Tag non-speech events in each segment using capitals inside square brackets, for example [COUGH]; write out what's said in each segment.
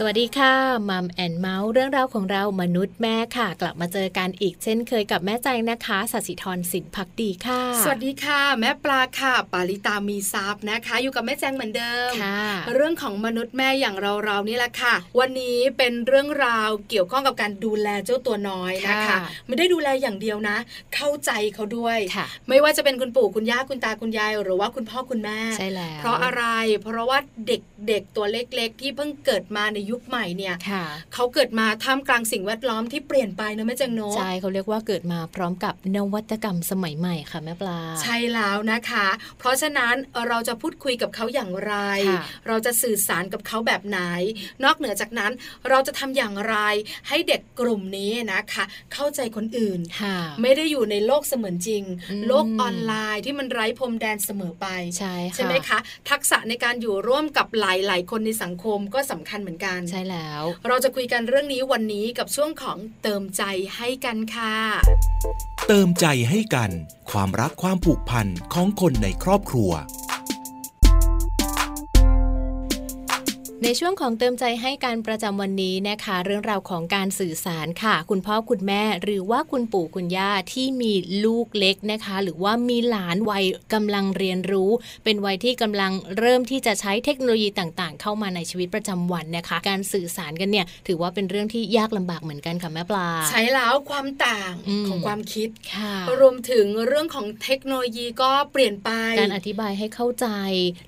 สวัสดีค่ะมัมแอนเมาส์เรื่องราวของเรามนุษย์แม่ค่ะ กลับมาเจอกันอีกเช่นเคยกับแม่ใจนะคะสัสิธรสินพักดีค่ะ สวัสดีค่ะ แม่ปลาค่ะ ปาลิตามีซับนะคะ อยู่กับแม่แจงเหมือนเดิม ค่ะ เรื่องของมนุษย์แม่อย่างเราเราๆนี่แหละค่ะ วันนี้เป็นเรื่องราวเกี่ยวข้องกับการดูแลเจ้าตัวน้อยนะคะ ค่ะ ไม่ได้ดูแลอย่างเดียวนะ เข้าใจเขาด้วย ค่ะ ไม่ว่าจะเป็นคุณปู่คุณย่าคุณตาคุณยาย หรือว่าคุณพ่อคุณแม่ ใช่แล้ว เพราะอะไรเพราะว่าเด็กๆตัวเล็กๆ ที่เพิ่งเกิดมาในยุคใหม่เนี่ย ค่ะ เขาเกิดมาท่ามกลางสิ่งแวดล้อมที่เปลี่ยนไปนะแม่แจงเนอะ ใช่เขาเรียกว่าเกิดมาพร้อมกับนวัตกรรมสมัยใหม่ค่ะแม่ปลา ใช่แล้วนะคะ เพราะฉะนั้นเราจะพูดคุยกับเขาอย่างไร ค่ะ เราจะสื่อสารกับเขาแบบไหน นอกเหนือจากนั้นเราจะทำอย่างไร ให้เด็กกลุ่มนี้นะคะ เข้าใจคนอื่น ค่ะ ไม่ได้อยู่ในโลกเสมือนจริง อืม โลกออนไลน์ที่มันไร้พรมแดนเสมอไป ใช่ค่ะ ใช่ไหมคะ ทักษะในการอยู่ร่วมกับหลายๆ คนในสังคมก็สำคัญเหมือนกัน ใช่แล้ว เราจะคุยกันเรื่องนี้วันนี้กับช่วงของเติมใจให้กันค่ะ เติมใจให้กัน ความรักความผูกพันของคนในครอบครัว ในช่วงของเติมใจให้การประจำวันนี้นะคะ เรื่องราวของการสื่อสารค่ะ คุณพ่อคุณแม่หรือว่าคุณปู่คุณย่าที่มีลูกเล็กนะคะ หรือว่ามีหลานวัยกำลังเรียนรู้ เป็นวัยที่กำลังเริ่มที่จะใช้เทคโนโลยีต่างๆ เข้ามาในชีวิตประจำวันนะคะ การสื่อสารกันเนี่ย ถือว่าเป็นเรื่องที่ยากลำบากเหมือนกันค่ะแม่ปลา ใช้แล้วความต่าง อืม ของความคิด ค่ะ รวมถึงเรื่องของเทคโนโลยีก็เปลี่ยนไป การอธิบายให้เข้าใจ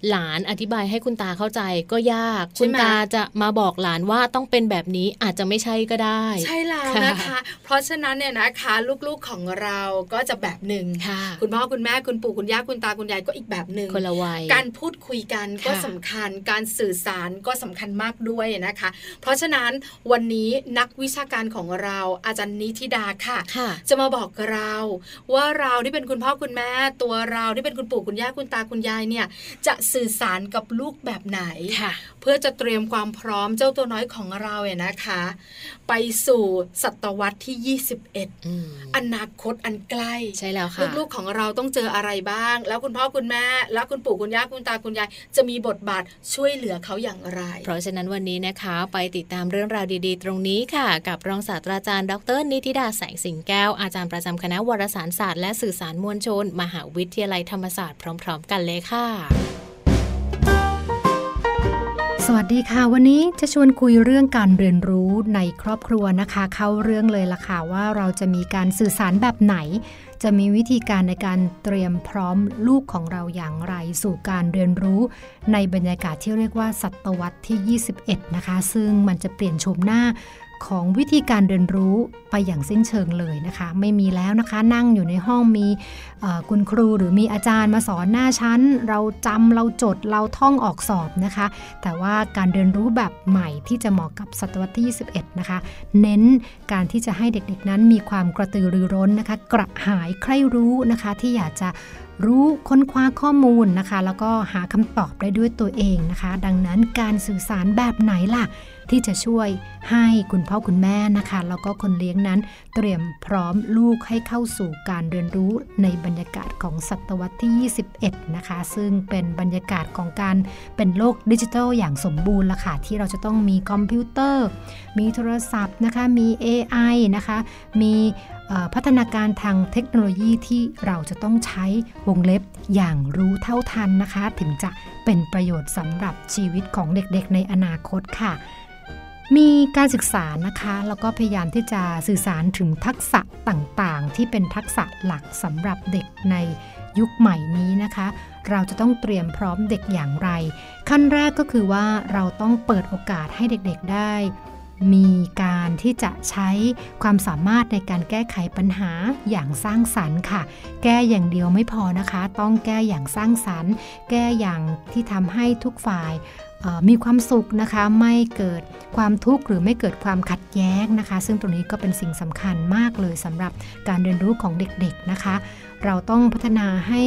หลานอธิบายให้คุณตาเข้าใจก็ยาก ใช่ คุณ ไหม ตาจะมาบอกหลานว่าต้องเป็นแบบนี้อาจจะไม่ใช่ก็ได้ ใช่แล้วนะคะ ค่ะ เพราะฉะนั้นเนี่ยนะคะ ลูกๆของเราก็จะแบบหนึ่ง ค่ะ คุณพ่อคุณแม่คุณปู่คุณย่าคุณตาคุณยายก็อีกแบบหนึ่ง คนละวัย การพูดคุยกันก็ ค่ะ สำคัญ การสื่อสารก็สำคัญมากด้วยนะคะ เพราะฉะนั้นวันนี้นักวิชาการของเราอาจารย์นิธิดาค่ะ ค่ะ จะมาบอกเราว่าเราที่เป็นคุณพ่อคุณแม่ ตัวเราที่เป็นคุณปู่คุณย่าคุณตาคุณยายเนี่ย จะสื่อสารกับลูกแบบไหน ค่ะ เพื่อจะเตรียมความพร้อมเจ้าตัวน้อยของเราเนี่ยนะคะ ไปสู่ศตวรรษที่ 21 อืม อนาคตอันใกล้ ใช่แล้วค่ะ ลูกๆของเราต้องเจออะไรบ้าง แล้วคุณพ่อคุณแม่ แล้วคุณปู่คุณย่าคุณตาคุณยาย จะมีบทบาทช่วยเหลือเขาอย่างไร เพราะฉะนั้นวันนี้นะคะ ไปติดตามเรื่องราวดีๆ ตรงนี้ค่ะ กับรองศาสตราจารย์ดร นิติดาแสงสิงแก้ว อาจารย์ประจำคณะวารสารศาสตร์และสื่อสารมวลชน มหาวิทยาลัยธรรมศาสตร์พร้อม ๆ กันเลยค่ะ สวัสดีค่ะ วันนี้จะชวนคุยเรื่องการเรียนรู้ในครอบครัวนะคะ เข้าเรื่องเลยละค่ะว่าเราจะมีการสื่อสารแบบไหน จะมีวิธีการในการเตรียมพร้อมลูกของเราอย่างไร สู่การเรียนรู้ ในบรรยากาศที่เรียกว่าศตวรรษที่ 21 นะคะ ซึ่งมันจะเปลี่ยนโฉมหน้าของวิธีการเรียนรู้ไปอย่างสิ้นเชิงเลยนะคะ ไม่มีแล้วนะคะ นั่งอยู่ในห้องมี เอ่อคุณครูหรือมีอาจารย์มาสอนหน้าชั้น เราจำเราจดเราท่องออกสอบนะคะ แต่ว่าการเรียนรู้แบบใหม่ที่จะเหมาะกับศตวรรษที่ 21 นะคะ เน้นการที่จะให้เด็กๆนั้นมีความกระตือรือร้นนะคะ กระหายใคร่รู้นะคะ ที่อยากจะรู้ค้นคว้าข้อมูลนะคะ แล้วก็หาคำตอบได้ด้วยตัวเองนะคะ ดังนั้นการสื่อสารแบบไหนล่ะ ที่จะช่วยให้คุณพ่อคุณแม่นะคะ แล้วก็คนเลี้ยงนั้น เตรียมพร้อมลูกให้เข้าสู่การเรียนรู้ในบรรยากาศของศตวรรษที่ 21 นะคะ ซึ่งเป็นบรรยากาศของการเป็นโลกดิจิทัลอย่างสมบูรณ์ละค่ะ ที่เราจะต้องมีคอมพิวเตอร์ มีโทรศัพท์นะคะ มี AI นะคะ มีเอ่อพัฒนาการทางเทคโนโลยีที่เราจะต้องใช้วงเล็บอย่างรู้เท่าทันนะคะ ถึงจะเป็นประโยชน์สำหรับชีวิตของเด็กๆ ในอนาคตค่ะ มีการศึกษานะคะ แล้วก็พยายามที่จะสื่อสารถึงทักษะต่างๆ ที่เป็นทักษะหลักสำหรับเด็กในยุคใหม่นี้นะคะ เราจะต้องเตรียมพร้อมเด็กอย่างไร ขั้นแรกก็คือว่าเราต้องเปิดโอกาสให้เด็กๆได้ มีการที่จะใช้ความสามารถในการแก้ไขปัญหาอย่างสร้างสรรค์ค่ะ แก้อย่างเดียวไม่พอนะคะ ต้องแก้อย่างสร้างสรรค์ แก้อย่างที่ทำให้ทุกฝ่าย เอ่อมีความสุขนะคะไม่เกิดความทุกข์หรือไม่เกิดความขัดแย้งนะคะ ซึ่งตรงนี้ก็เป็นสิ่งสำคัญมากเลยสำหรับการเรียนรู้ของเด็กๆนะคะ เราต้องพัฒนาให้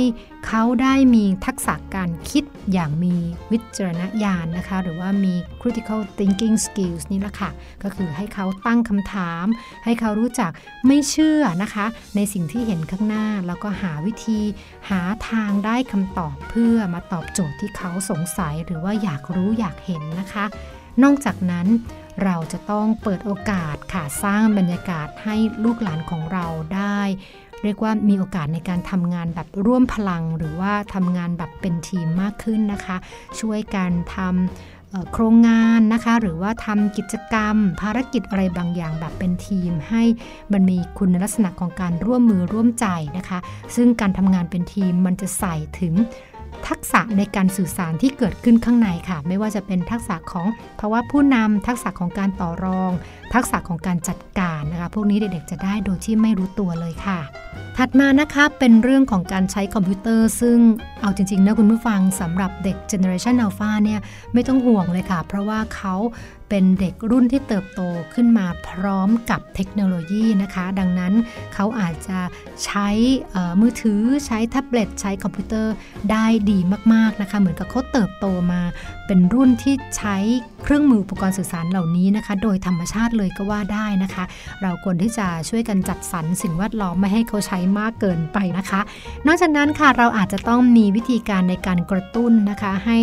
เขาได้มีทักษะการคิดอย่างมีวิจารณญาณนะคะ หรือว่ามี critical thinking skills นี่แหละค่ะ ก็คือให้เขาตั้งคำถาม ให้เขารู้จักไม่เชื่อนะคะ ในสิ่งที่เห็นข้างหน้า แล้วก็หาวิธี หาทางได้คำตอบเพื่อมาตอบโจทย์ที่เขาสงสัยหรือว่าอยากรู้อยากเห็นนะคะ นอกจากนั้นเราจะต้องเปิดโอกาสค่ะสร้างบรรยากาศให้ลูกหลานของเราได้ เรียกว่ามีโอกาสในการทำงานแบบร่วมพลัง หรือว่าทำงานแบบเป็นทีมมากขึ้นนะคะ ช่วยกันทำเอ่อโครงงานนะคะ หรือว่าทำกิจกรรม ภารกิจอะไรบางอย่างแบบเป็นทีม ให้มันมีคุณลักษณะของการร่วมมือร่วมใจนะคะ ซึ่งการทำงานเป็นทีมมันจะใส่ถึง ทักษะในการสื่อสารที่เกิดขึ้นข้างในค่ะ ไม่ว่าจะเป็นทักษะของภาวะผู้นำทักษะของการต่อรอง ทักษะของการจัดการนะคะ พวกนี้เด็กๆจะได้โดยที่ไม่รู้ตัวเลยค่ะ ถัดมานะคะเป็นเรื่องของการใช้คอมพิวเตอร์ ซึ่งเอาจริงๆนะคุณผู้ฟังสำหรับเด็ก Generation Alpha เนี่ยไม่ต้องห่วงเลยค่ะ เพราะว่าเขาเป็นเด็กรุ่นที่เติบโตขึ้นมาพร้อมกับเทคโนโลยีนะคะ ดังนั้นเขาอาจจะใช้เอ่อมือถือใช้แท็บเล็ตใช้คอมพิวเตอร์ได้ดีมากๆนะคะ เหมือนกับเขาเติบโตมา เป็นรุ่นที่ใช้เครื่องมืออุปกรณ์สื่อสารเหล่านี้นะคะ โดยธรรมชาติเลยก็ว่าได้นะคะ เราควรที่จะช่วยกันจัดสรรสิ่งแวดล้อมไม่ให้เขาใช้มากเกินไปนะคะ นอกจากนั้นค่ะเราอาจจะต้องมีวิธีการในการกระตุ้นนะคะ ให้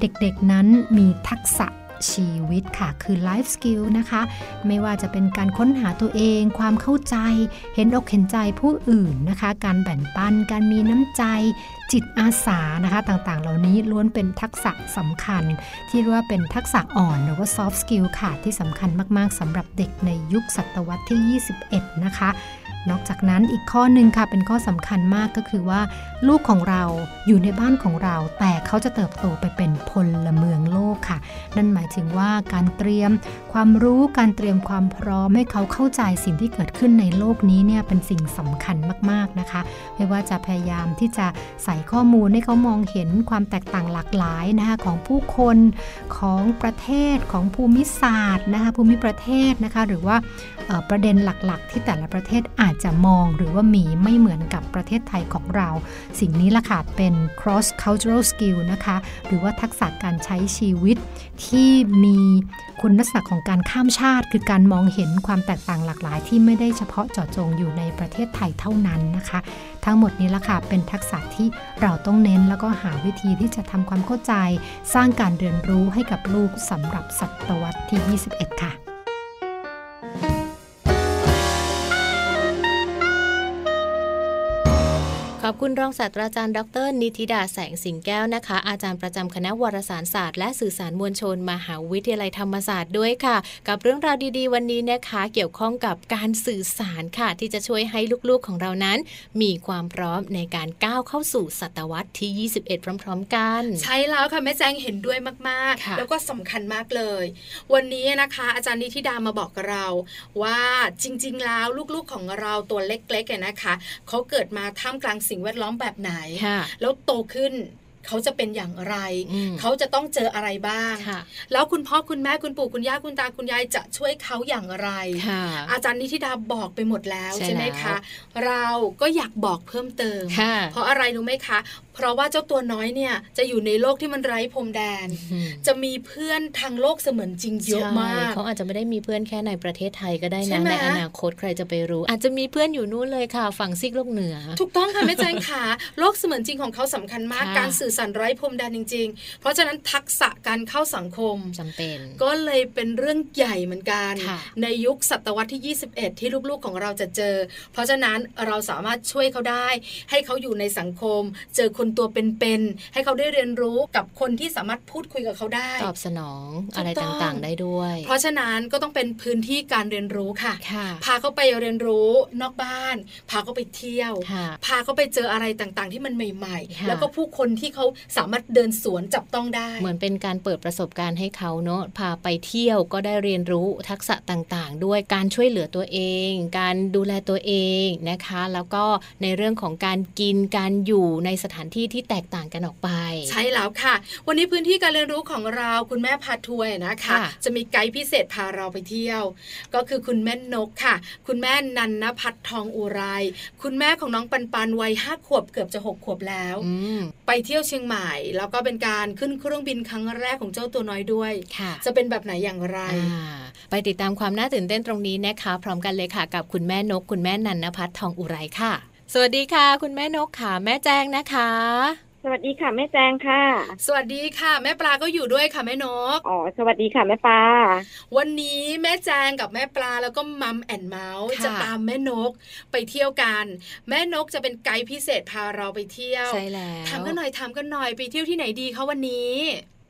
เด็กๆนั้นมีทักษะชีวิตค่ะ คือ life skill นะคะ ไม่ว่าจะเป็นการค้นหาตัวเอง ความเข้าใจ เห็นอกเห็นใจผู้อื่นนะคะ การแบ่งปัน การมีน้ำใจ จิตอาสานะคะ ต่างๆ เหล่านี้ล้วนเป็นทักษะสำคัญ ที่เรียกว่าเป็นทักษะอ่อนหรือว่า soft skill ค่ะ ที่สำคัญมาก ๆสำหรับเด็กในยุคศตวรรษที่ 21 นะคะ นอกจากนั้นอีกข้อหนึ่งค่ะเป็นข้อสำคัญมากก็คือว่า ลูกของเราอยู่ในบ้านของเรา แต่เขาจะเติบโตไปเป็นพลเมืองโลกค่ะ นั่นหมายถึงว่าการเตรียมความรู้การเตรียมความพร้อมให้เขาเข้าใจสิ่งที่เกิดขึ้นในโลกนี้เนี่ยเป็นสิ่งสำคัญมากๆนะคะ ไม่ว่าจะพยายามที่จะใส่ข้อมูลให้เขามองเห็นความแตกต่างหลากหลายนะคะของผู้คนของประเทศของภูมิศาสตร์นะคะภูมิประเทศนะคะ หรือว่าเอ่อประเด็นหลักๆ ที่แต่ละประเทศอาจจะมองหรือว่ามีไม่เหมือนกับประเทศไทยของเรา สิ่งนี้ล่ะค่ะเป็น cross cultural skill นะคะ หรือว่าทักษะการใช้ชีวิต ที่มีคุณลักษณะของการข้ามชาติ คือการมองเห็นความแตกต่างหลากหลาย ที่ไม่ได้เฉพาะเจาะจงอยู่ในประเทศไทยเท่านั้นนะคะ ทั้งหมดนี้ละค่ะเป็นทักษะที่เราต้องเน้นแล้วก็หาวิธีที่จะทำความเข้าใจ สร้างการเรียนรู้ให้กับลูกสำหรับศตวรรษที่ 21 ค่ะ ขอบคุณรองศาสตราจารย์ ดร นิติดาแสงสิงแก้วนะคะ อาจารย์ประจำคณะวารสารศาสตร์และสื่อสารมวลชน มหาวิทยาลัยธรรมศาสตร์ด้วยค่ะ กับเรื่องราวดี ๆ วันนี้นะคะ เกี่ยวข้องกับการสื่อสารค่ะ ที่จะช่วยให้ลูกๆของเรานั้น มีความพร้อมในการก้าวเข้าสู่ศตวรรษที่ 21 พร้อม ๆ กัน ใช่แล้วค่ะแม่แจงเห็นด้วยมาก ค่ะ ๆ แล้วก็สำคัญมากเลย วันนี้นะคะ อาจารย์นิธิดามาบอกกับเรา ว่าจริงๆแล้วลูกๆของเราตัวเล็กๆเนี่ยนะคะเขาเกิดมาท่ามกลางสิ่งแวดล้อมแบบไหน ค่ะ แล้วโตขึ้นเขาจะเป็นอย่างไร อืม เขาจะต้องเจออะไรบ้าง ค่ะ แล้วคุณพ่อคุณแม่คุณปู่คุณย่าคุณตาคุณยายจะช่วยเขาอย่างไร ค่ะ อาจารย์นิธิดาบอกไปหมดแล้ว ใช่ ใช่ไหม แล้ว คะ เราก็อยากบอกเพิ่มเติม ค่ะ เพราะอะไรรู้ไหมคะ เพราะว่าเจ้าตัวน้อยเนี่ยจะอยู่ในโลกที่มันไร้พรมแดน อืม จะมีเพื่อนทางโลกเสมือนจริงเยอะมาก ใช่เขาอาจจะไม่ได้มีเพื่อนแค่ในประเทศไทยก็ได้ ใช่ นะ ไหม ในอนาคตใครจะไปรู้ อาจจะมีเพื่อนอยู่นู่นเลยค่ะ ฝั่งซีกโลกเหนือ ถูกต้องค่ะแม่แจงค่ะ โลกเสมือนจริงของเขาสำคัญมาก ค่ะ การสื่อสารไร้พรมแดนจริง ๆ เพราะฉะนั้นทักษะการเข้าสังคม จำเป็น ก็เลยเป็นเรื่องใหญ่เหมือนกัน ค่ะ ในยุคศตวรรษที่ 21 ที่ลูกๆของเราจะเจอ เพราะฉะนั้นเราสามารถช่วยเขาได้ ให้เขาอยู่ในสังคม เจอคนตัวเป็นๆให้เขาได้เรียนรู้กับคนที่สามารถพูดคุยกับเขาได้ ตอบสนอง ถูกต้อง อะไรต่างๆได้ด้วย เพราะฉะนั้นก็ต้องเป็นพื้นที่การเรียนรู้ค่ะ ค่ะ พาเขาไปเรียนรู้นอกบ้าน พาเขาไปเที่ยว ค่ะ พาเขาไปเจออะไรต่างๆ ที่มันใหม่ ค่ะ ๆ แล้วก็ผู้คนที่เขาสามารถเดินสวนจับต้องได้ เหมือนเป็นการเปิดประสบการณ์ให้เขาเนอะพาไปเที่ยวก็ได้เรียนรู้ทักษะต่างๆ ด้วยการช่วยเหลือตัวเอง การดูแลตัวเองนะคะ แล้วก็ในเรื่องของการกินการอยู่ในสถาน ที่ที่แตกต่างกันออกไป ใช่แล้วค่ะ วันนี้พื้นที่การเรียนรู้ของเราคุณแม่พาทัวร์นะคะ ค่ะ จะมีไกด์พิเศษพาเราไปเที่ยว ก็คือคุณแม่นกค่ะ คุณแม่นันนพัฒน์ทองอุไร คุณแม่ของน้องปันปันวัยห้าขวบเกือบจะหกขวบแล้ว อืม ไปเที่ยวเชียงใหม่ แล้วก็เป็นการขึ้นเครื่องบินครั้งแรกของเจ้าตัวน้อยด้วย ค่ะ จะเป็นแบบไหนอย่างไร อ่าไปติดตามความน่าตื่นเต้นตรงนี้นะคะ พร้อมกันเลยค่ะ กับคุณแม่นก คุณแม่นันนพัฒน์ทองอุไรค่ะ สวัสดีค่ะ คุณแม่นกค่ะ แม่แจ้งนะคะ สวัสดีค่ะแม่แจงค่ะ สวัสดีค่ะ แม่ปลาก็อยู่ด้วยค่ะแม่นก อ๋อ สวัสดีค่ะแม่ปลา วันนี้แม่แจงกับแม่ปลาแล้วก็มัมแอนเมาส์ ค่ะ จะตามแม่นกไปเที่ยวกัน แม่นกจะเป็นไกด์พิเศษพาเราไปเที่ยว ใช่แล้ว ถามกันหน่อยถามกันหน่อยไปเที่ยวที่ไหนดีคะวันนี้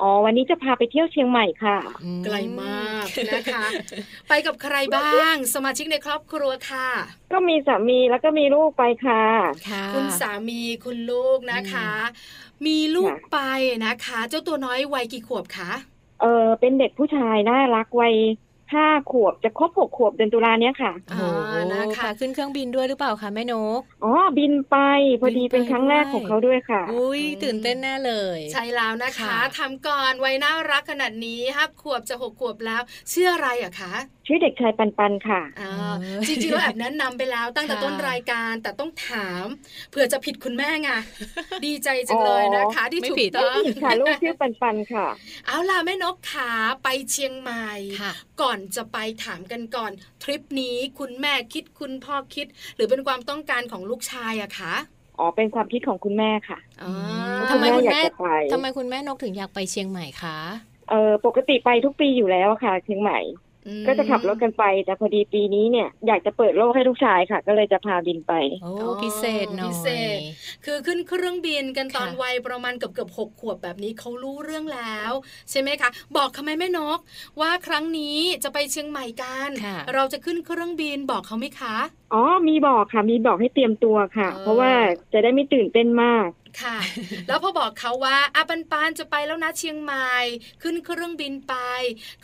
อ๋อ วันนี้จะพาไปเที่ยวเชียงใหม่ค่ะ อื ไกลม [LAUGHS] ากนะคะ ไปกับใครบ้าง สมาชิกในครอบครัวค่ะ ก็มีสามีแล้วก็มีลูกไปค่ะ ค่ะ คุณสามีคุณลูกนะคะ มีลูกไปนะคะ เจ้าตัวน้อยวัยกี่ขวบคะ เออเป็นเด็กผู้ชายน่ารักวัยห้าขวบจะครบหกขวบเดือนตุลาเนี้ยค่ะ โอ้โห อ่านะคะ พาขึ้นเครื่องบินด้วยหรือเปล่าคะแม่นก อ๋อ บินไปพอดี บินไป เป็นครั้งแรกของเขาด้วยค่ะ อุ้ย อืม ตื่นเต้นแน่เลย ใช่แล้วนะคะ ค่ะ ทำก่อนวัยน่ารักขนาดนี้ห้าขวบจะหกขวบแล้วเชื่ออะไรอะคะ ชื่อเด็กชายปันปันค่ะ อ่า เออ จริงๆเราแอบแนะนำไปแล้วตั้งแต่ ค่ะ ต้นรายการแต่ต้องถามเผื่อจะผิดคุณแม่ [LAUGHS] ไงดีใจจังเลยนะคะ ที่ถูกต้อง ไม่ผิดค่ะลูกชื่อปันปันค่ะ [LAUGHS] เอาล่ะแม่นกขาไปเชียงใหม่ ค่ะ ก่อนจะไปถามกันก่อน ทริปนี้คุณแม่คิดคุณพ่อคิด หรือเป็นความต้องการของลูกชายอะคะ อ๋อ เป็นความคิดของคุณแม่ค่ะ อ่า อืม ทำไม ณ คุณ อ แม่ ยากจะไป ทำไมคุณแม่นกถึงอยากไปเชียงใหม่คะ เออปกติไปทุกปีอยู่แล้วค่ะ เชียงใหม่ ก็จะขับรถกันไป แต่พอดีปีนี้เนี่ยอยากจะเปิดโลกให้ลูกชายค่ะ ก็เลยจะพาบินไป โอ้พิเศษหน่อย พิเศษ คือขึ้นเครื่องบินกันตอน ค่ะ วัยประมาณเกือบเกือบหกขวบแบบนี้เขารู้เรื่องแล้ว ใช่ไหมคะ บอกทำไมแม่นก ว่าครั้งนี้จะไปเชียงใหม่กัน ค่ะ เราจะขึ้นเครื่องบินบอกเขาไหมคะ อ๋อ มีบอกค่ะ มีบอกให้เตรียมตัวค่ะ อ๋อ เพราะว่าจะได้ไม่ตื่นเต้นมาก ค่ะ แล้วพอบอกเขาว่าอาปันปานจะไปแล้วนะเชียงใหม่ขึ้นเครื่องบินไป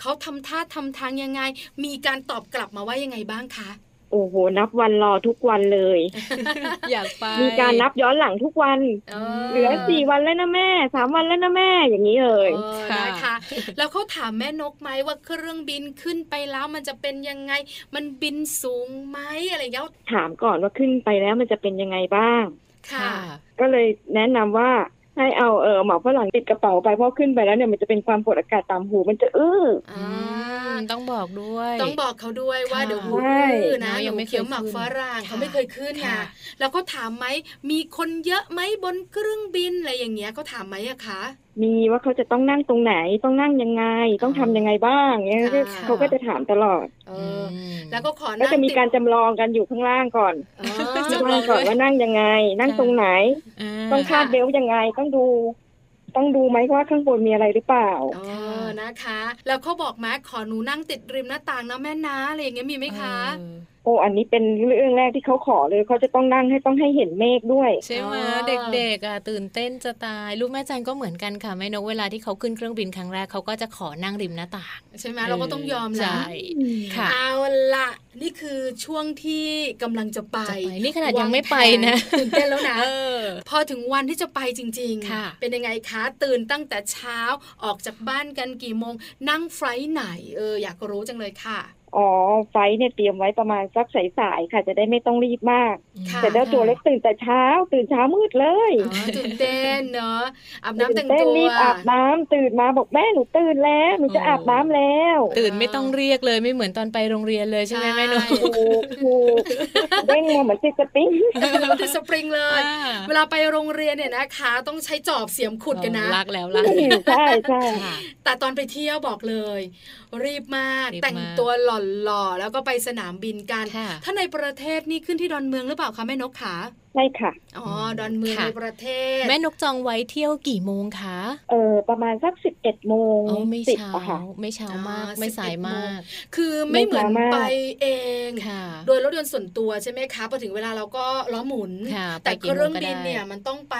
เขาทำท่าทำทางยังไง มีการตอบกลับมาว่ายังไงบ้างคะ โอ้โห นับวันรอทุกวันเลย [LAUGHS] อยากไป มีการนับย้อนหลังทุกวัน เออ เหลือสี่วันแล้วนะแม่ สามวันแล้วนะแม่ อย่างนี้เล เอย อ ค่ะ นะคะแล้วเขาถามแม่นกไหมว่าเครื่องบินขึ้นไปแล้วมันจะเป็นยังไง มันบินสูงไหมอะไรอย่างเงี้ย ถามก่อนว่าขึ้นไปแล้วมันจะเป็นยังไงบ้าง ค่ะ ก็เลยแนะนำว่าให้เอาเออหมอฝรั่งติดกระเป๋าไป เพราะขึ้นไปแล้วเนี่ยมันจะเป็นความกดอากาศต่ำหู มันจะอื้อ อืมต้องบอกด้วย ต้องบอกเขาด้วยว่า ค่ะ เดี๋ยวหู ใช่ อื้อนะ ยังไม่ เขียวหมัก เคยขึ้น ฝรั่ง ค่ะ เขาไม่เคยขึ้นไง ค่ะ แล้วเขาถามไหมมีคนเยอะไหมบนเครื่องบินอะไรอย่างเงี้ยเขาถามไหมอะคะ มีว่าเขาจะต้องนั่งตรงไหน ต้องนั่งยังไง ต้องทำยังไงบ้างเนี่ย ค่ะ เขาก็จะถามตลอด เอ เอ อ อ แล้วก็ขอ ก็ นั่ง จะมีการ ติด จำลองกันอยู่ข้างล่างก่อน อ๋อ จำลอง ก่อน ด้วย ว่านั่งยังไง นั่งตรงไหน ต้องคาดเบลต์ยังไง ต้องดู ต้องดูไหมว่าข้างบนมีอะไรหรือเปล่า เออนะคะ แล้วเขาบอกไหมขอหนูนั่งติดริมหน้าต่างนะแม่นะอะไรอย่างเงี้ยมีไหมคะ เออ โอ้อันนี้เป็นเรื่องแรกที่เขาขอเลยเขาจะต้องนั่งให้ต้องให้เห็นเมฆด้วย ใช่ไหม อ๋อ เด็กๆอ่ะตื่นเต้นจะตาย ลูกแม่จันก็เหมือนกันค่ะแม่นกเวลาที่เขาขึ้นเครื่องบินครั้งแรกเขาก็จะขอนั่งริมหน้าต่าง ใช่ไหมเราก็ต้องยอม ใช่ ละ ค่ะ เอาละนี่คือช่วงที่กำลังจะไป จะไปนี่ขนาด ว ยังไม่ไปนะ แผตื่นเต้นแล้วนะ เออ พอถึงวันที่จะไปจริง ค่ะ เป็นยังไงคะ ตื่นตั้งแต่เช้าออกจากบ้านกันกี่โมง นั่งไฟลท์ไหนเอออยากรู้จังเลยค่ะ อ๋อ ไฟท์เนี่ยเตรียมไว้ประมาณสักสายๆค่ะ จะได้ไม่ต้องรีบมาก ค่ะ แต่เจ้าตัวเล็กตื่นแต่เช้า ตื่นเช้ามืดเลย อ๋อตื่นเต้นเน [LAUGHS] อะอาบน้ำแต่ง เต้ ตั น ว รีบอาบน้ำตื่นมาบอกแม่หนูตื่นแล้วหนูจะอาบน้ำแล้ว ตื่นไม่ต้องเรียกเลยไม่เหมือนตอนไปโรงเรียนเลยใช่ไหมแม่นก ใช่ ถูกถูกเด้งมาเหมือนติดสปริง เออมันคือสปริงเลย [LAUGHS] เวลาไปโรงเรียนเนี่ยนะคะ ต้องใช้จอบเสียมขุดกันนะ รักแล้วรัก ใช่ใช่ ค่ะ แต่ตอนไปเที่ยวบอกเลย รีบมาก รีบมาก แต่งตัวหล่อๆแล้วก็ไปสนามบินกัน ค่ะ ถ้าในประเทศนี่ขึ้นที่ดอนเมืองหรือเปล่าคะแม่นกขา ใช่ค่ะ อ๋อดอนเมือง ค่ะ ในประเทศ แม่นกจองไว้เที่ยวกี่โมงคะ เออประมาณสักสิบเอ็ดโมง โอ้ไม่ สิบ เช้า อะค่ะ ไม่เช้ามาก อ๋อ ไม่สาย 11 มาก คือไม่เหมือน ไม่ช้ามาก ไปเอง ค่ะ โดยรถยนต์ส่วนตัวใช่ไหมคะพอถึงเวลาเราก็ล้อหมุน ค่ะ แต่ ไปกี่ เครื่อง โมงก็ได้ บินเนี่ยมันต้องไป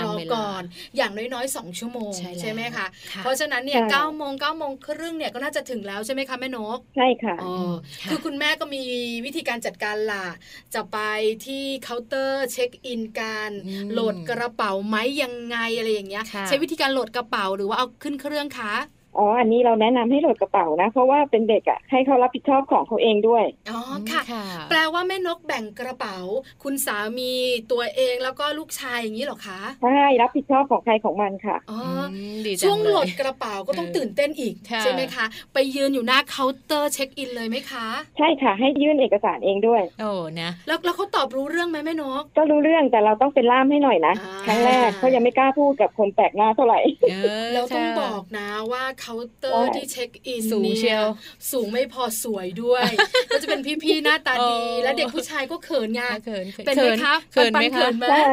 รอ ตามเวลา ก่อน อย่างน้อยๆสองชั่วโมง แล้ว ไหมคะ ค่ะ เพราะฉะนั้นเนี่ย ใช่ เก้าโมงเก้าโมงครึ่งเนี่ยก็น่าจะถึงแล้วใช่ไหมคะแม่นก ใช่ค่ะ อ๋อ ะ คือคุณแม่ก็มีวิธีการจัดการล่ะ จะไปที่เคาน์เตอร์ เช็คอินการ อืม โหลดกระเป๋าไหมยังไงอะไรอย่างเงี้ย ค่ะ ใช้วิธีการโหลดกระเป๋าหรือว่าเอาขึ้นเครื่องคะ อ๋อ อันนี้เราแนะนำให้โหลดกระเป๋านะ เพราะว่าเป็นเด็กอะ่ะ ให้เขารับผิดชอบของเขาเองด้วย อ๋อ ม ค่ะ ค่ะ แปลว่าแม่นกแบ่งกระเป๋า คุณสามีตัวเองแล้วก็ลูกชายอย่างนี้เหรอคะ ใช่รับผิดชอบของใครของมันค่ะ อ๋อ อื อ มดีจั ช่วง เย โหลดกระเป๋าก็ต้อง เออ ตื่นเต้นอีก ค่ะ ใช่ไหมคะ ไปยืนอยู่หน้าเคาน์เตอร์เช็คอินเลยไหมคะ ใช่ค่ะ ให้ยื่นเอกสารเองด้วย โอ้นะ แล้วแล้วเขาตอบรู้เรื่องไหมแม่นก ก็รู้เรื่องแต่เราต้องเป็นล่ามให้หน่อยนะ อ่า ครั้งแรกเขายังไม่กล้าพูดกับคนแปลกหน้าเท่าไหร่ เออ เราต้อง ค่ะ บอกนะว่าเคาน์เตอร์ ใช่ ที่เช็คอิน สูง นี่ เชียว สูงไม่พอสวยด้วย [LAUGHS] ก็จะเป็นพี่ๆหน้าตาดี เออ และเด็กผู้ชายก็เขินไง อ่ะเขิน เป็นไหมคะ เขินไหม ปัๆ คะ เขินไหม ใช่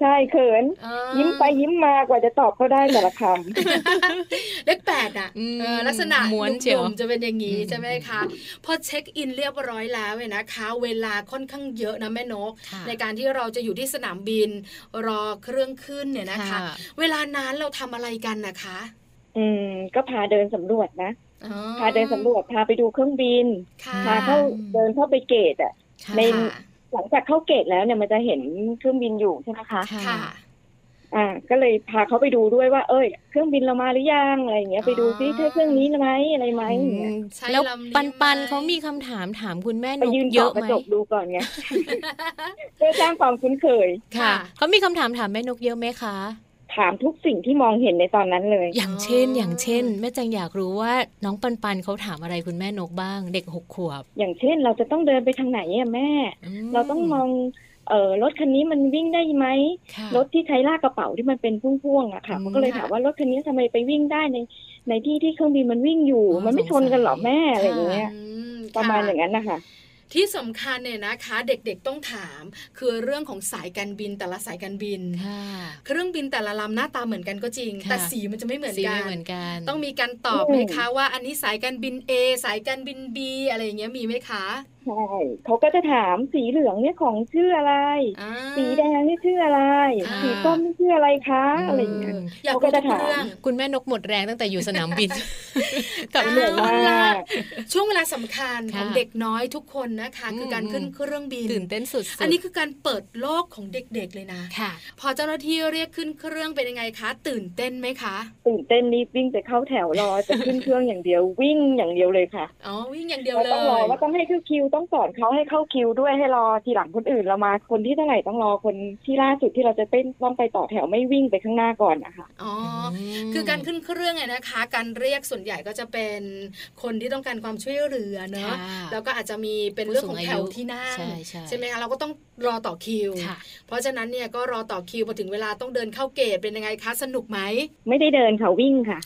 ใช่เขิน เออ ยิ้มไปยิ้มมากว่าจะตอบเขาได้แต่ละค เลขแปดอ่ะ อืม เออลักษณะ ม้วน ห เชียว นุ่มๆจะเป็นอย่างนี้ อืม ใช่ไหมคะพอเช็คอินเรียบร้อยแล้วเนี่ยนะคะ เวลาค่อนข้างเยอะนะแม่นก ค่ะ ในการที่เราจะอยู่ที่สนามบินรอเครื่องขึ้นเนี่ยนะคะ เวลานั้นเราทำอะไรกันนะคะ [LAUGHS] ำอืม ก็พาเดินสำรวจนะ อ๋อ พาเดินสำรวจ พาไปดูเครื่องบิน ค่ะ พาเข้าเดินเข้าไปเกตอ่ะ ค่ะ ใน ค่ะ หลังจากเข้าเกตแล้วเนี่ยมันจะเห็นเครื่องบินอยู่ใช่ไหมคะ ค่ะ ค่ะ อ่า ก็เลยพาเขาไปดูด้วยว่า เอ้ย เครื่องบินเรามาหรือยังอะไรอย่างเงี้ย ไปดูซิ อ๋อ ใช่เครื่องนี้ไหมอะไรไหมอย่างเงี้ย ใช่ แล้ว ลำนี้ ปันปัน ไหม เขามีคำถามถามคุณแม่ ไป นก ยืน เย เกาะ อะ กระ ไหม จกดูก่อนไง เพื่อสร้างความคุ้นเคย ค่ะเขามีคำถามถามแม่นกเยอะไหมคะ ถามทุกสิ่งที่มองเห็นในตอนนั้นเลย อย่างเช่น อ๋อ อ อ ย่างเช่น แม่แจงอยากรู้ว่าน้องปันปันเขาถามอะไรคุณแม่นกบ้าง เด็กหกขวบ อย่างเช่น เราจะต้องเดินไปทางไหนอะแม่ อืม เราต้องมอง เออรถคันนี้มันวิ่งได้ไหม ค่ะ รถที่ใช้ลากกระเป๋าที่มันเป็นพ่วงๆอะค่ะ อืม มันก็เลย ค่ะ ถามว่ารถคันนี้ทำไมไปวิ่งได้ใน ในที่ที่เครื่องบินมันวิ่งอยู่ อ๋อ มันไม่ชนกันเหรอ สงสัย แม่อะไรอย่างเงี้ย อื ประมาณ ค่ อย่างนั้นนะคะ ที่สำคัญเนี่ยนะคะ เด็กๆต้องถาม คือเรื่องของสายการบินแต่ละสายการบิน ค่ะ เครื่องบินแต่ละลำหน้าตาเหมือนกันก็จริง ค่ะ แต่สีมันจะไม่เหมือน สี กั ไม่ น เหมือนกัน ต้องมีการตอบไหมคะว่า อันนี้สายการบิน A สายการบิน B อะไรอย่างเงี้ยมีไหมคะ ใช่เขาก็จะถามสีเหลืองเนี่ยของชื่ออะไร อ่า สีแดงนี่ชื่ออะไร อ่า สีส้มนี่ชื่ออะไรคะ อืม อะไรอย่างเงี้ย อยาก เขาก็ รู้ จะ ทุก ถาม เรื่อง คุณแม่นกหมดแรงตั้งแต่อยู่สนามบิน กับ เหนื่ ลูกอยมาก มาก ช่วงเวลาสำคัญ ค่ะ ของเด็กน้อยทุกคนนะคะ อืม คือการขึ้นเครื่องบิน ตื่นเต้นสุดๆ อันนี้คือการเปิดโลกของเด็กๆเลยนะ ค่ะ พอเจ้าหน้าที่เรียกขึ้นเครื่องเป็นยังไงคะ ตื่นเต้นไหมคะ ตื่นเต้นรีบวิ่งไปเข้าแถวรอจะขึ้นเครื่องอย่างเดียววิ่งอย่างเดียวเลยค่ะ อ๋อวิ่งอย่างเดียว เรา เล ต้องรอย ว่าต้องให้เข้าคิวต้องสอนเขาให้เข้าคิวด้วยให้รอทีหลังคนอื่นเรามาคนที่เท่าไหร่ต้องรอคนที่ล่าสุดที่เราจะเป็นต้องไปต่อแถวไม่วิ่งไปข้างหน้าก่อนนะคะ อ๋ออคือการขึ้นเครื่องเนี่ยนะคะ การเรียกส่วนใหญ่ก็จะเป็นคนที่ต้องการความช่วยเหลือเนอะ ค่ะ แล้วก็อาจจะมีเป็นเรื่องของแถวที่นั่ง ใช่ใช่ ไหมคะเราก็ต้องรอต่อคิว ค่ะ เพราะฉะนั้นเนี่ยก็รอต่อคิวพอถึงเวลาต้องเดินเข้าเกตเป็นยังไงคะสนุกไหม ไม่ได้เดินค่ะวิ่งค่ะ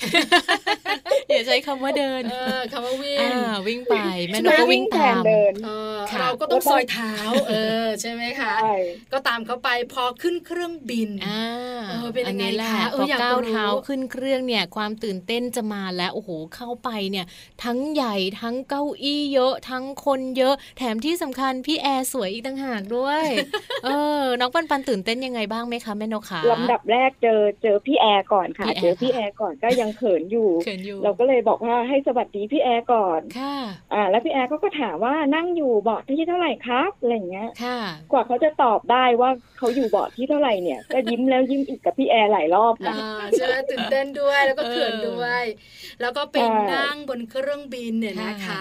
อย่าใช้คำว่าเดิน เออคำว่าวิ่ง อ่าวิ่งไป แม่นกก็วิ่งตาม แทนเดิน เออ ค่ะ เราก็ต้องซอยเท้า [LAUGHS] เออใช่ไหมคะ ใช่ ก็ตามเขาไปพอขึ้นเครื่องบิน อ่า เออเป็นยังอัไงนี้แหละ คะเอ พ อ อ อยาก ก้าว รู้ เท้าขึ้นเครื่องเนี่ย ความตื่นเต้นจะมาแล้ว โอ้โห เข้าไปเนี่ย ทั้งใหญ่ทั้งเก้าอี้เยอะ ทั้งคนเยอะ แถมที่สำคัญพี่แอร์สวยอีกต่างหากด้วย [LAUGHS] เออ น้องปันปันตื่นเต้นยังไงบ้างไหมคะแม่นกขา ลำดับแรกเจอเจอพี่แอร์ก่อนค่ะ พี่แอร์ เจอพี่แอร์ก่อนก็ยังเขินอยู่ เขินอยู่ เราก็เลยบอกว่าให้สวัสดีพี่แอร์ก่อน ค่ะ อ่า แล้วพี่แอร์เขาก็ถามว่านั่งอยู่เบาะที่เท่าไหร่ครับอะไรอย่างเงี้ย ค่ะ กว่าเขาจะตอบได้ว่าเขาอยู่เบาะที่เท่าไหร่เนี่ย ก็ยิ้มแล้วยิ้มอีกกับพี่แอร์หลายรอบ อ่า นะ ใช่ไหมตื่นเต้นด้วยแล้วก็เขินด้วย แล้วก็ไป ใช่ นั่งบนเครื่องบินเนี่ยนะคะ ค่ะ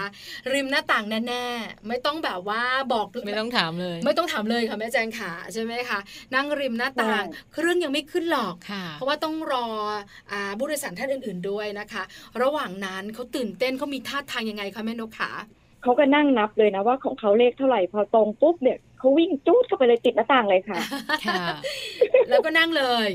ริมหน้าต่างแน่ๆไม่ต้องแบบว่าบอก ไม่ต้องถามเลย ไม่ต้องถามเลยค่ะแม่แจงขาใช่ไหมคะนั่งริมหน้าต่าง เครื่องยังไม่ขึ้นหรอก ค่ะ เพราะว่าต้องรออ่าผู้โดยสารท่านอื่น ๆด้วยนะคะ ระหว่างนั้นเขาตื่นเต้นเขามีท่าทางยังไงคะแม่นกขา เขาก็นั่งนับเลยนะว่าของเขาเลขเท่าไหร่พอตรงปุ๊บเนี่ยเขาวิ่งจู๊ดเข้าไปเลยติดหน้าต่างเลยค่ะ [LAUGHS] ค่ะ แล้วก็นั่งเลย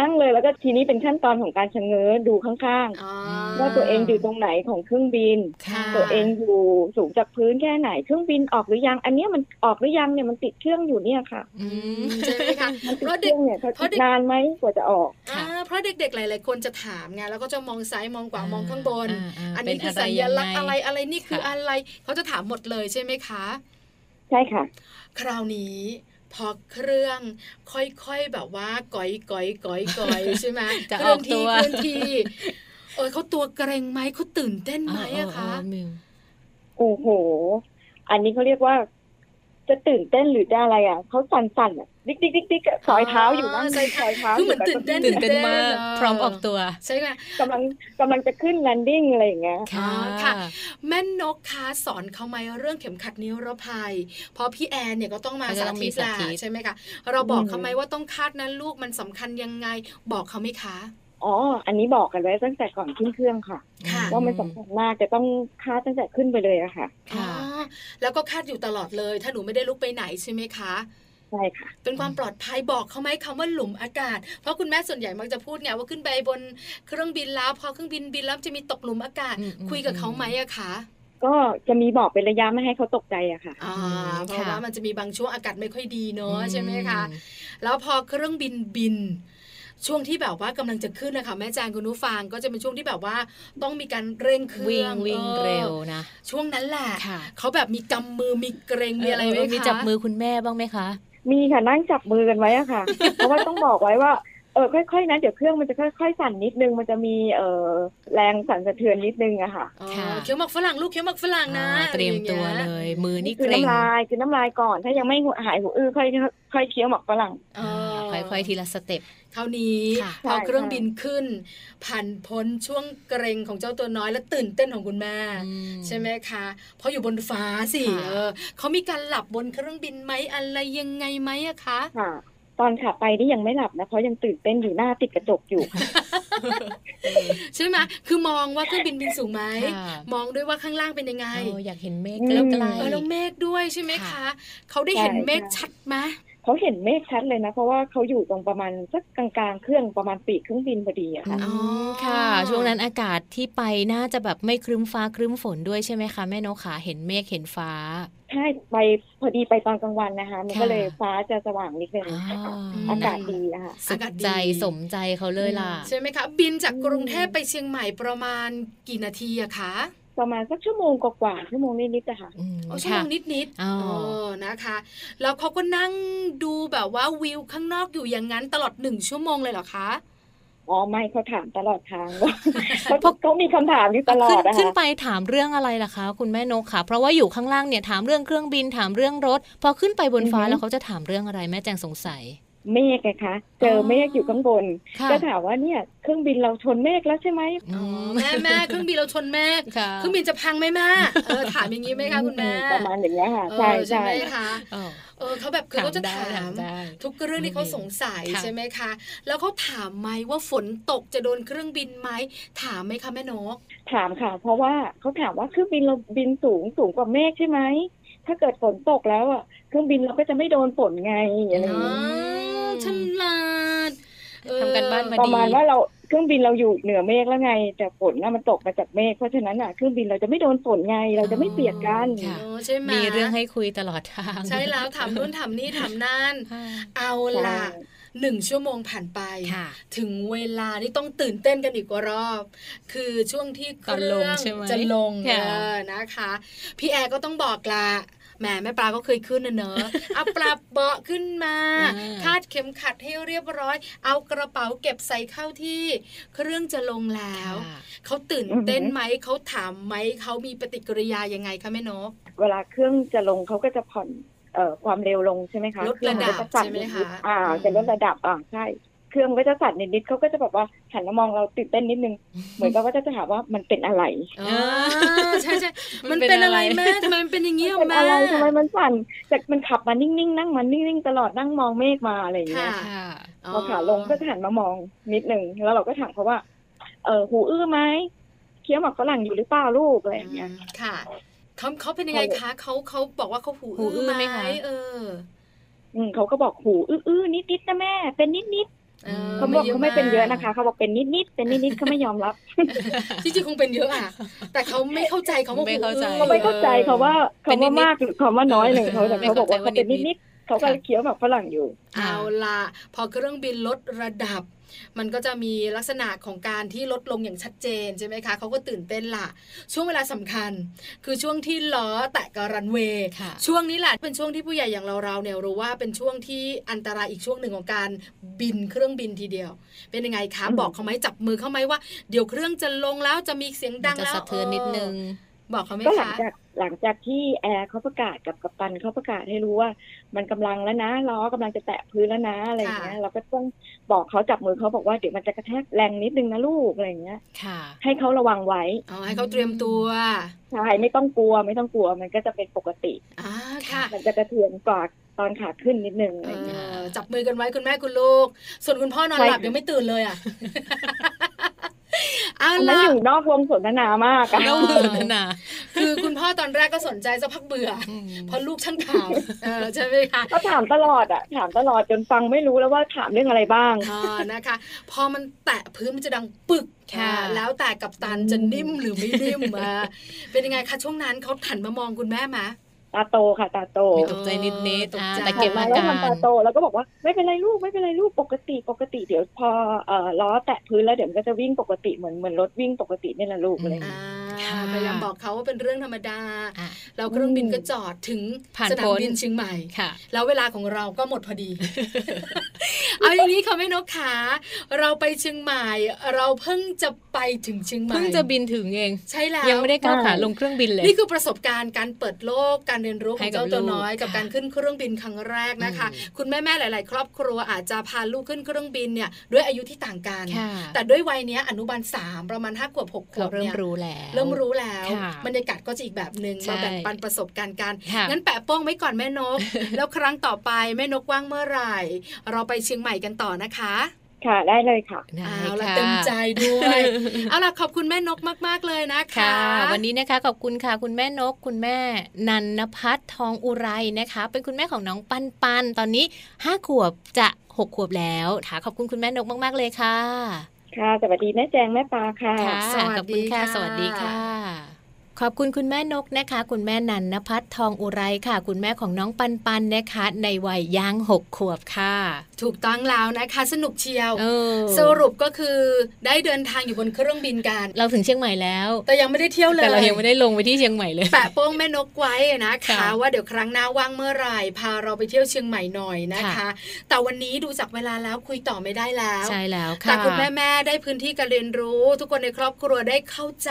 นั่งเลยแล้วก็ทีนี้เป็นขั้นตอนของการชะเง้อดูข้าง อ๋อ ๆ ว่าตัวเองอยู่ตรงไหนของเครื่องบิน ค่ะ ตัวเองอยู่สูงจากพื้นแค่ไหนเครื่องบินออกหรือยัง อันเนี้ยมันออกหรือยังเนี่ยมันติดเครื่องอยู่เนี่ยค่ะ อืม ใช่ไหมคะ มันติด เพราะ เค เด็ รื่ ก องเนี่ยเขา เพราะเด็ก นานไหมกว่าจะออก อ่าเพราะเด็กๆ หลายๆ คนจะถามไงแล้วก็จะมองซ้ายมองขวามองข้างบน อันนี้คือสัญลักษณ์อะไรอะไรนี่คือ ค่ะ อะไรเขาจะถามหมดเลยใช่ไหมคะ ใช่ค่ะ คราวนี้ พอเครื่องค่อยๆแบบว่าก่อยก่อยก่อยก่อย [LAUGHS] ใช่ไหม จะ เค อ ลื่ อน กตั ที่ ว เคลื่อนที่เออเขาตัวเกรงไหมเขาตื่นเต้นไหมอะคะ เออเออเออมึง โอ้โห อันนี้เขาเรียกว่า จะตื่นเต้นหรือจะอะไรอ่ะเขาสั่นๆอ่ะดิ๊กดิ๊กดิ๊กดิ๊กอะซอยเท้าอยู่นั่น อ๋อซอยเท้า ซอยเท้า คือเหมือน ยู่ ตื่นเต้น ตื่นเต้นมาก เออ พร้อมออกตัว ใช่ไหม กำลังกำลังจะขึ้นแลนดิ้งอะไรอย่างเงี้ย อ๋ ค่ะ อค่ะ แม่นกคะสอนเขาไหมเรื่องเข็มขัดนิรภัย เพราะพี่แอนเนี่ยก็ต้องมา ก็จะ สา ต้องมี ธิต สา ละ ธิต ใช่ไหมคะ เราบอก อืม เขาไหมว่าต้องคาดนั้นลูกมันสำคัญยังไง บอกเขาไหมคะ อ๋อ อันนี้บอกกันไว้ตั้งแต่ก่อนขึ้นเครื่องค่ะ ค่ะ ว่ามันสำคัญมากจะต้องคาดตั้งแต่ขึ้นไปเลยอะค่ะ ค่ะ อ๋อแล้วก็คาดอยู่ตลอดเลย ถ้าหนูไม่ได้ลุกไปไหนใช่ไหมคะ ใช่ค่ะ เป็นความปลอดภัยบอกเขาไหมคำว่าหลุมอากาศ เพราะคุณแม่ส่วนใหญ่มักจะพูดไงว่าขึ้นไปบนเครื่องบินแล้วพอเครื่องบินบินแล้วจะมีตกหลุมอากาศ อืมอืม คุยกับเขาไหมอะคะ ก็จะมีบอกเป็นระยะไม่ให้เขาตกใจอะค่ะ อ่า อืม เพราะ ค่ะ ว่ามันจะมีบางช่วงอากาศไม่ค่อยดี อื เนาะใช่ไหมคะ แล้วพอเครื่องบินบิน ช่วงที่แบบว่ากำลังจะขึ้นนะคะแม่แจางคุณนุฟังก็จะเป็นช่วงที่แบบว่าต้องมีการเร่งเครื่ วิ่ อง ง วิ่ง ออ เร็วนะ ช่วงนั้นแหละ ค่ะ เขาแบบมีกำมือมีเกรงมีอะไรไหม เเมี คะ จับมือคุณแม่บ้างไหมคะ มีค่ะนั่งจับมือกันไว้อะค่ะ [LAUGHS] เพราะว่าต้องบอกไว้ว่าเออค่อยๆนะเดี๋ยวเครื่องมันจะค่อย ๆ สั่นนิดนึงมันจะมีเออแรงสั่นสะเทือนนิดนึงอะค่ะ อ๋อ ค่ะ เคี้ยวหมักฝรั่งลูกเคี้ยวหมักฝรั่งนะ อ่าเตรียมตัว อะไรอาง เลยงี้มือนี่ คื เก อ รง น้ำลายคือน้ำลายก่อน ถ้ายังไม่หายหูอื้อค่อยค่อยเคี้ยวหมักฝรั่ง อ่า อ่าค่อยๆทีละสเต็ป เท่านี้ ค่ะ พอเครื่องบินขึ้น ผ่านพ้นช่วงเกรงของเจ้าตัวน้อยและตื่นเต้นของคุณแม่ อื ใช่ไหมคะเพราะอยู่บนฟ้าสิ ค่ะ เออเขามีการหลับบนเครื่องบินไหมอะไรยังไงไหมอะคะ ค่ะ ตอนขาไปนี่ยังไม่หลับนะเพราะยังตื่นเต้นอยู่หน้าติดกระจกอยู่ค่ะ ใช่ไหมคือมองว่าเครื่องบินบินสูงไหม ค่ะ มองด้วยว่าข้างล่างเป็นยังไง เอออยากเห็นเมฆ อืม ใกล้ เออแล้วเมฆด้วยใช่ไหมคะเขาได้เห็นเมฆชัดไหม เขาเห็นเมฆชัดเลยนะ เพราะว่าเขาอยู่ตรงประมาณสักกลางๆเครื่องประมาณปีกเครื่องบินพอดีอะค่ะ ๆอ๋อค่ะ ช่วงนั้นอากาศที่ไปน่าจะแบบไม่ครึ้มฟ้าครึ้มฝนด้วยใช่ไหมคะแม่นกขาเห็นเมฆเห็นฟ้า ใช่ไปพอดีไปตอนกลางวันนะคะ มันก็ ค่ะ เลยฟ้าจะสว่างนิดนึง อ่า อากาศดีอะค่ะ สุขใจสมใจเขาเลยล่ะ ใช่ไหมคะ บินจากกรุงเทพไปเชียงใหม่ประมาณกี่นาทีอะคะ ประมาณสักชั่วโมงกว่าๆชั่วโมงนิดๆอะค่ะ อืม โอ้ชั่ว ค่ะ โมงนิดนิดๆ อ๋อ เออนะคะ แล้วเขาก็นั่งดูแบบว่าวิวข้างนอกอยู่อย่างนั้นตลอดหนึ่งชั่วโมงเลยเหรอคะ อ๋อไม่เขาถามตลอดทางว่าเขาเขามีคำถามอยู่ตลอ ขึ้น ดอะ ขึ้น ค่ะ ไปถามเรื่องอะไรล่ะคะ คุณแม่นกค่ะ เพราะว่าอยู่ข้างล่างเนี่ยถามเรื่องเครื่องบินถามเรื่องรถ พอขึ้นไปบนฟ้าแล้วเขาจะถามเรื่องอะไรแม่แจงสงสัย เมฆไงคะ เจอเมฆอยู่ข้างบน ค่ะ ก็ถามว่าเนี่ยเครื่องบินเราชนเมฆแล้วใช่ไหม อืม แม่แม่เครื่องบินเราชนแม่ ค่ะ เครื่องบินจะพังไหมแม่เออถามอย่างนี้ไหม [LAUGHS] คะคุณแม่ อืประมาณอย่างเงี้ยค่ะ เอ ใช่ อ ใช่ ไหมคะ เออ เออเขาแบบคือเขาจะถา ได้ ม ได้ ทุกเรื่องที่เขาสงสัย ค่ะ ใช่ไหมคะ แล้วเขาถามไหมว่าฝนตกจะโดนเครื่องบินไหม ถามไหมคะแม่นก ถามค่ะ เพราะว่าเขาถามว่าเครื่องบินเราบินสูงสูงกว่าเมฆใช่ไหมถ้าเกิดฝนตกแล้วอ่ะเครื่องบินเราก็จะไม่โดนฝนไงอะไรอย่าง อ๋อ เงี้ย ฉลาดเออ ทำกันบ้านมา ป ดี ระมาณว่าเราเครื่องบินเราอยู่เหนือเมฆแล้วไง แต่ฝนน่ะมันตกมาจากเมฆเพราะฉะนั้นอ่ะเครื่องบินเราจะไม่โดนฝนไงเราจะไม่เปียกกัน ค่ะ เออใช่ไหม มีเรื่องให้คุยตลอดทาง ใช่แล้วถามนู่นถามนี่ถามนั่น ค่ะ เอาล่ะ ใช่ หนึ่งชั่วโมงผ่านไป ค่ะ ถึงเวลาที่ต้องตื่นเต้นกันอีกรอบ คือช่วงที่เค ตอนล รื่ ง อง ใช่ไหม จะลง ค่ะ เออนะคะ พี่แอร์ก็ต้องบอกละแหมแม่ปลาก็เคยขึ้นนะเน [LAUGHS] อะเอาปรับเบาะขึ้นมา คาดเข็มขัดให้เรียบร้อย เอากระเป๋าเก็บใส่เข้าที่ เครื่องจะลงแล้ว ค่ะ เขาตื่นเต้นไหมเขาถามไหมเขามีปฏิกิริยายังไงคะแม่นก เวลาเครื่องจะลงเขาก็จะผ่อนเอ่อความเร็วลงใช่ไหมคะ ลดระดับ เคองก็จสั่น ใช่ไหมคะ นิดๆอ่า อืม จะลดระดับอ่าใช่เครื่องก็จะสั่นนิดๆเขาก็จะแบบว่าหันมามองเราตื่นเต้นนิดนึง เหมือนกับว่าจะถามว่ามันเป็นอะไร อ่าใช่ใช่ มั มันน เป็น เป็นอะไร อะไร แม่ทำไมมันเป็นอย่าง มั เงี้ย นเป็น แม่ อะไรทำไมมันสั่นจากมันขับมานิ่งๆนั่งมันนิ่งๆตลอดนั่งมองเมฆมาอะไรอย่างเงี้ย ค่ะ ค่ะ พอขาลงก็จะหันมามองนิดหนึ่งแล้วเราก็ถามเขาว่า เออหูอื้อไหมเคี้ยวหมากฝรั่งอยู่หรือเปล่าลูกอะไรอย่างเงี้ย มค่ะเขาเขาเป็นยังไงคะเขาเขาบอกว่าเขาหู หูอื้ อื้ อ อ ไห ไห ม ม คะ เออ อืมเขาก็บอกหูอื้ออื้อนิดนิดๆนะแม่ เป็นนิดนิด ออ ๆเขาบอก ยะ เขาไม่เป็นเยอะ มาก นะคะเขาบอกเป็นนิดนิดๆเป็นนิดนิดๆเขาไม่ยอมรับ จริงๆคงเป็นเยอะอ่ะ แต่เขาไม่เข้าใจเขาว่า ไม่เข้าใจ หูอื้อ เขาไม่เข้าใจเขาว่า เป็ เขา นนิดๆว่ามากหรือเขาว่าน้อยอะไรของเขาแต่ ไม่ เขา เข้าใจ บอกว่าเขาเป็น ว่านิดๆนิดนิดๆเขาก็เลยเคี้ยวหมากฝรั่งอยู่ เอาละพอเครื่องบินลดระดับ มันก็จะมีลักษณะของการที่ลดลงอย่างชัดเจนใช่ไหมคะเขาก็ตื่นเต้นล่ะ ช่วงเวลาสำคัญ คือช่วงที่ล้อแตะกับรันเวย์ ค่ะ ช่วงนี้แหละเป็นช่วงที่ผู้ใหญ่อย่างเราเราๆเนี่ยรู้ว่าเป็นช่วงที่อันตรายอีกช่วงหนึ่งของการบินเครื่องบินทีเดียว เป็นยังไงคะ อืม บอกเขาไหมจับมือเขาไหมว่าเดี๋ยวเครื่องจะลงแล้วจะมีเสียงดัง จะ แล้ว สะเทือนนิดนึง เออ บอกเขาไหม ก็หลั คะ งจากหลังจากที่แอร์เขาประกาศกับกัปตันเขาประกาศให้รู้ว่า มันกำลังแล้วนะล้อกำลังจะแตะพื้นแล้วนะอะไรอย่างเงี้ย ค่ะ เราก็ต้องบอกเขาจับมือเขาบอกว่าเดี๋ยวมันจะกระแทกแรงนิดนึงนะลูกอะไรอย่างเงี้ย ค่ะ ให้เขาระวังไว้ อ๋อให้เขาเตรียมตัว ใช่ไม่ต้องกลัวไม่ต้องกลัวมันก็จะเป็นปกติ อ่าค่ะ มันจะกระเทือนกว่าตอนขาขึ้นนิดนึงอะไร เอ อย่างเงี้ย อจับมือกันไว้คุณแม่คุณลูก ส่วนคุณพ่อนอน ใช่ หลับ ค่ะ ยังไม่ตื่นเลยอ่ะ เอา อันนั้น ละ อยู่นอกวงสนทนามากอะ แล้วเบื่อนะนะ คือคุณพ่อตอนแรกก็สนใจสักพักเบื่ออเพราะลูกช่างถามเออใช่ไหมคะ [LAUGHS] ก็ถามตลอดอะถามตลอดจนฟังไม่รู้แล้วว่าถามเรื่องอะไรบ้าง อ่านะคะ พอมันแตะพื้นมันจะดังปึก ค่ะ อ่าแล้วแต่กับตันจะนิ่มหรือไม่นิ่มอ่าเป็นยังไงคะช่วงนั้นเขาหันมามองคุณแม่ไหม ตาโตค่ะตาโต มีตกใจนิดๆอ่า ตกใจ แต่เก็บอา แล้ว การ ทำตาโตแล้วก็บอกว่าไม่เป็นไรลูกไม่เป็นไรลูกปกติปกติเดี๋ยวพอเอ่อล้อแตะพื้นแล้วเดี๋ยวมันก็จะวิ่งปกติเหมือนเหมือนรถวิ่งปกตินี่แหละลูก อืม อะไรอย่าง อ่า เงี้ย ค่ะ พยายามบอกเขาว่าเป็นเรื่องธรรมดา อ่ะ แล้วเครื่องบินก็จอดถึง ผ่าน สนา พ้ ม น บินเชียงใหม่ ค่ะ แล้วเวลาของเราก็หมดพอดี [LAUGHS] เอาอย่างนี้ค่ะแม่นกขา เราไปเชียงใหม่ เราเพิ่งจะไปถึงเชียงใหม่ เพิ่งจะบินถึงเอง ใช่แล้ว ยังไม่ได้ก้าวขา ใช่ ลงเครื่องบินเลย นี่คือประสบการณ์การเปิดโลกการเรียนรู้ข ให้ อง กับ เจ้าตัวน้อย ลูก กับการขึ้นเครื่องบินครั้งแรกนะคะ อืม คุณแม่ ๆ หลาย ๆ ครอบครัวอาจจะพาลูกขึ้นเครื่องบินเนี่ยด้วยอายุที่ต่างกัน ค่ะ แต่ด้วยวัยเนี้ยอนุบาลสามประมาณห้าขวบหกข เขา วบ เริ่ม เนี่ย รู้แล้ว เริ่มรู้แล้ว ค่ะ บรรยากาศก็จะอีกแบบหนึ่ง ใช่ มาแบ่งปันประสบการณ์กัน ค่ะ งั้นแปะโป้งไว้ก่อนแม่น [LAUGHS] ก แล้วครั้งต่อไปแม่นกว่างเมื่อไหร่ เราไปเชียงใหม่กันต่อนะคะ ค่ะได้เลยค่ะ ได้ เอาละ ค่ะ เต็มใจด้วย [LAUGHS] เอาล่ะขอบคุณแม่นกมาก ๆ เลยนะคะ ค่ะ วันนี้นะคะขอบคุณค่ะ คุณแม่นก คุณแม่ นันนพัฒน์ทองอุไรนะคะ เป็นคุณแม่ของน้องปันปันตอนนี้ห้าขวบจะหกขวบแล้วค่ะขอบคุณคุณแม่นกมาก ๆ เลยค่ะ ค่ะสวัสดีแม่แจงแม่ปลาค่ะ ค่ะ สวัสดี ขอบคุณค่ะ ค่ะ สวัสดีค่ะ ขอบคุณคุณแม่นกนะคะ คุณแม่นันนพัฒน์ทองอุไรค่ะ คุณแม่ของน้องปันปันนะคะ ในวัยย่างหกขวบค่ะ ถูกต้องแล้วนะคะ สนุกเชียว เออ สรุปก็คือได้เดินทางอยู่บนเครื่องบินกัน เราถึงเชียงใหม่แล้ว แต่ยังไม่ได้เที่ยวเลย แต่เรายังไม่ได้ลงไปที่เชียงใหม่เลย แปะโป้งแม่นกไว้นะคะ ค่ะ ว่าเดี๋ยวครั้งหน้าว่างเมื่อไหร่พาเราไปเที่ยวเชียงใหม่หน่อยนะคะ ค่ะ แต่วันนี้ดูจากเวลาแล้วคุยต่อไม่ได้แล้ว ใช่แล้วค่ะ แต่คุณแม่แม่ๆได้พื้นที่การเรียนรู้ ทุกคนในครอบครัวได้เข้าใจ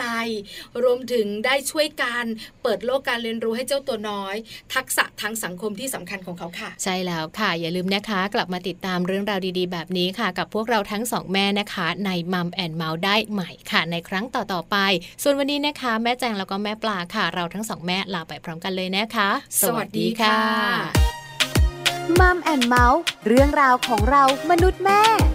รวมถึงได้ช่วยกันเปิดโลกการเรียนรู้ให้เจ้าตัวน้อย ทักษะทางสังคมที่สำคัญของเขาค่ะ ใช่แล้วค่ะ อย่าลืมนะคะ กลับมาติดตามเรื่องราวดีๆ แบบนี้ค่ะ กับพวกเราทั้งสองแม่นะคะ ในมัมแอนเมาส์ได้ใหม่ค่ะ ในครั้งต่อๆไป ส่วนวันนี้นะคะ แม่แจงแล้วก็แม่ปลาค่ะ เราทั้งสองแม่ลาไปพร้อมกันเลยนะคะ มัมแอนเมาส์เรื่องราวของเรามนุษย์แม่